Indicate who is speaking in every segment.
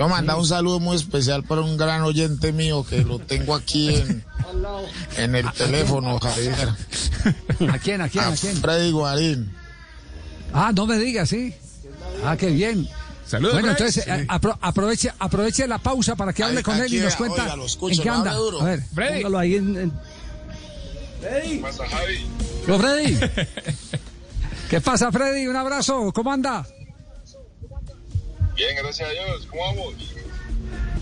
Speaker 1: Yo manda un saludo muy especial para un gran oyente mío que lo tengo aquí en, en el teléfono, Javier.
Speaker 2: ¿A quién, a quién,
Speaker 1: A
Speaker 2: a quién?
Speaker 1: Freddy Guarín.
Speaker 2: Ah, no me digas, sí. Ah, qué bien.
Speaker 3: Saludos,
Speaker 2: Bueno,
Speaker 3: Freddy.
Speaker 2: entonces, eh, apro- aproveche, aproveche la pausa para que hable
Speaker 1: Ahí-
Speaker 2: con él
Speaker 1: aquí,
Speaker 2: y nos
Speaker 1: oiga,
Speaker 2: cuenta
Speaker 1: lo escucho,
Speaker 2: en qué
Speaker 1: no
Speaker 2: anda.
Speaker 1: hable duro.
Speaker 2: A ver,
Speaker 3: Freddy.
Speaker 2: póngalo ahí en... en- Yo, Freddy. ¿Qué pasa, Freddy? Un abrazo. ¿Cómo anda?
Speaker 4: Bien, gracias a Dios. ¿Cómo vamos?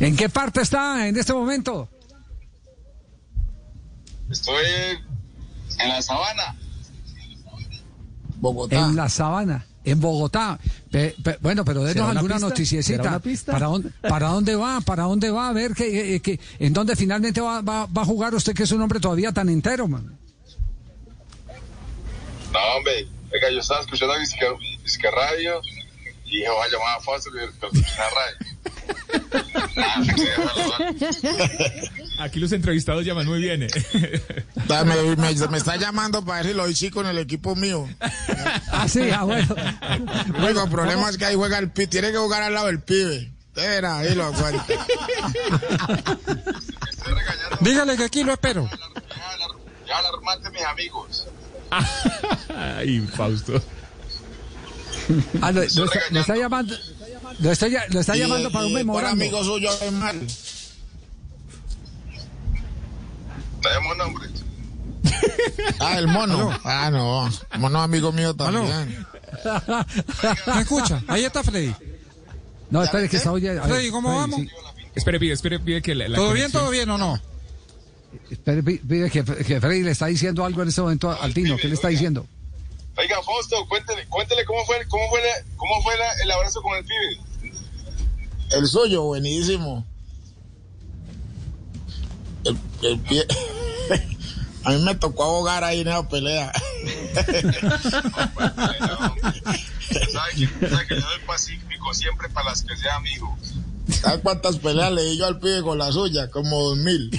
Speaker 2: ¿En qué parte está en este momento?
Speaker 4: Estoy en la sabana.
Speaker 3: Ah.
Speaker 1: Bogotá.
Speaker 2: En la sabana, en Bogotá. Pe- pe- bueno, pero
Speaker 3: ¿Será
Speaker 2: denos
Speaker 3: una
Speaker 2: alguna
Speaker 3: pista? ¿Será
Speaker 2: noticiecita.
Speaker 3: una pista?
Speaker 2: ¿Para, dónde, ¿Para dónde va? ¿Para dónde va? A ver, que, ¿en dónde finalmente va, va- va a jugar usted, que es un hombre todavía tan entero, man?
Speaker 4: No, hombre. Oiga, yo estaba escuchando Disque, Disque Radio y dije, voy a llamar a Fácil y escuché la radio. Ah, me quedé con los ojos.
Speaker 3: Aquí los entrevistados llaman muy bien. eh.
Speaker 1: Da- Me, me- me está llamando para ver si lo doy chico en el equipo mío.
Speaker 2: Ah, sí, ah, bueno.
Speaker 1: Luego, el problema es que ahí juega el pibe. Tiene que jugar al lado del pibe. Usted verá, ahí lo aguanta.
Speaker 4: Estoy regañando.
Speaker 1: Dígale que aquí lo espero.
Speaker 4: Ya hablar, ya hablar mal de mis amigos.
Speaker 3: Ay, Fausto.
Speaker 2: Ah, lo, lo está, lo está llamando. Lo está, ya- lo está
Speaker 1: Y-
Speaker 2: llamando para
Speaker 1: y
Speaker 2: un
Speaker 1: por
Speaker 2: memorando.
Speaker 1: amigo suyo es mal.
Speaker 4: Tenemos nombres.
Speaker 1: Ah, el mono. Ah, no. Mono amigo mío también.
Speaker 5: ¿Me escucha? Ahí está Freddy.
Speaker 2: No, espere que está oye. a ver,
Speaker 5: Freddy, ¿cómo
Speaker 2: Freddy,
Speaker 5: vamos?
Speaker 2: sí.
Speaker 3: Espere, pide, espere, pide que la. la
Speaker 5: ¿Todo bien,
Speaker 3: conexión-
Speaker 5: todo bien o no?
Speaker 2: Espere, pi- pide que, que Freddy le está diciendo algo en este momento al Tino. ¿Qué le está diciendo?
Speaker 4: Oiga, Fausto, cuéntele, cuéntele cómo fue, cómo fue, la- cómo fue la- el abrazo con el pibe.
Speaker 1: El suyo, buenísimo. El, el pie. A mí me tocó abogar ahí en esa pelea.
Speaker 4: ¿Sabe que, sabe que yo soy pacífico siempre para las que sean amigos?
Speaker 1: ¿Sabes cuántas peleas le di yo al pibe con la suya? Como dos mil.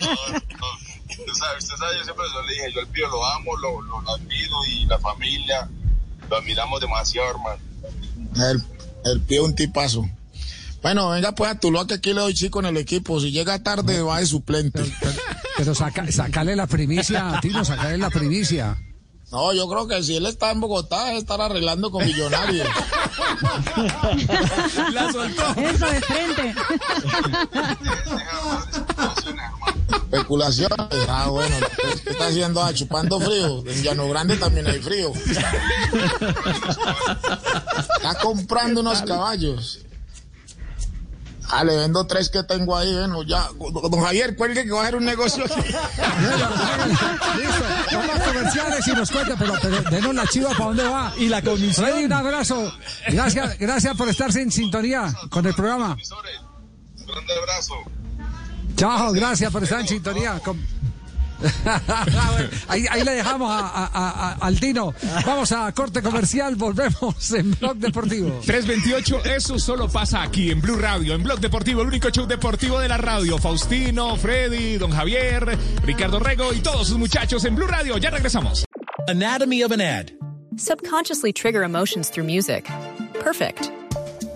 Speaker 4: Usted sabe, usted sabe, yo siempre se lo dije, yo al pío lo amo, lo, lo, lo admiro y la familia, lo admiramos demasiado, hermano.
Speaker 1: El, el pie un tipazo. Bueno, venga pues a Tuluá que aquí le doy chico en el equipo. Si llega tarde va de suplente.
Speaker 2: Pero saca, sacale la primicia, Tino, sacale la primicia.
Speaker 1: No, yo creo que si él está en Bogotá, debe estar arreglando con millonarios.
Speaker 3: La soltó.
Speaker 6: Eso de frente.
Speaker 4: Deja de hablar de especulaciones,
Speaker 1: Especulaciones.
Speaker 4: hermano.
Speaker 1: Ah, bueno, entonces, ¿qué está haciendo? Ah, chupando frío. En Llano Grande también hay frío. Está comprando unos caballos. Ah, le vendo tres que tengo ahí, bueno, ya. Don Javier, cuelgue que va a hacer un negocio.
Speaker 2: Listo, con más comerciales y nos cuenta, pero, pero denos la chiva para dónde va. Y la comisión. Freddy, un abrazo. Gracias, gracias por estarse en sintonía con el programa.
Speaker 4: Visores, un grande abrazo.
Speaker 2: Chao, gracias por estar en sintonía. con- ahí, ahí le dejamos a- a- a- a- al Tino. Vamos a corte comercial, volvemos en Blog Deportivo.
Speaker 3: 328, eso solo pasa aquí en Blue Radio, en Blog Deportivo, el único show deportivo de la radio. Faustino, Freddy, Don Javier, Ricardo Rego y todos sus muchachos en Blue Radio. Ya regresamos.
Speaker 7: Anatomy of an ad.
Speaker 8: Subconsciously trigger emotions through music. Perfect.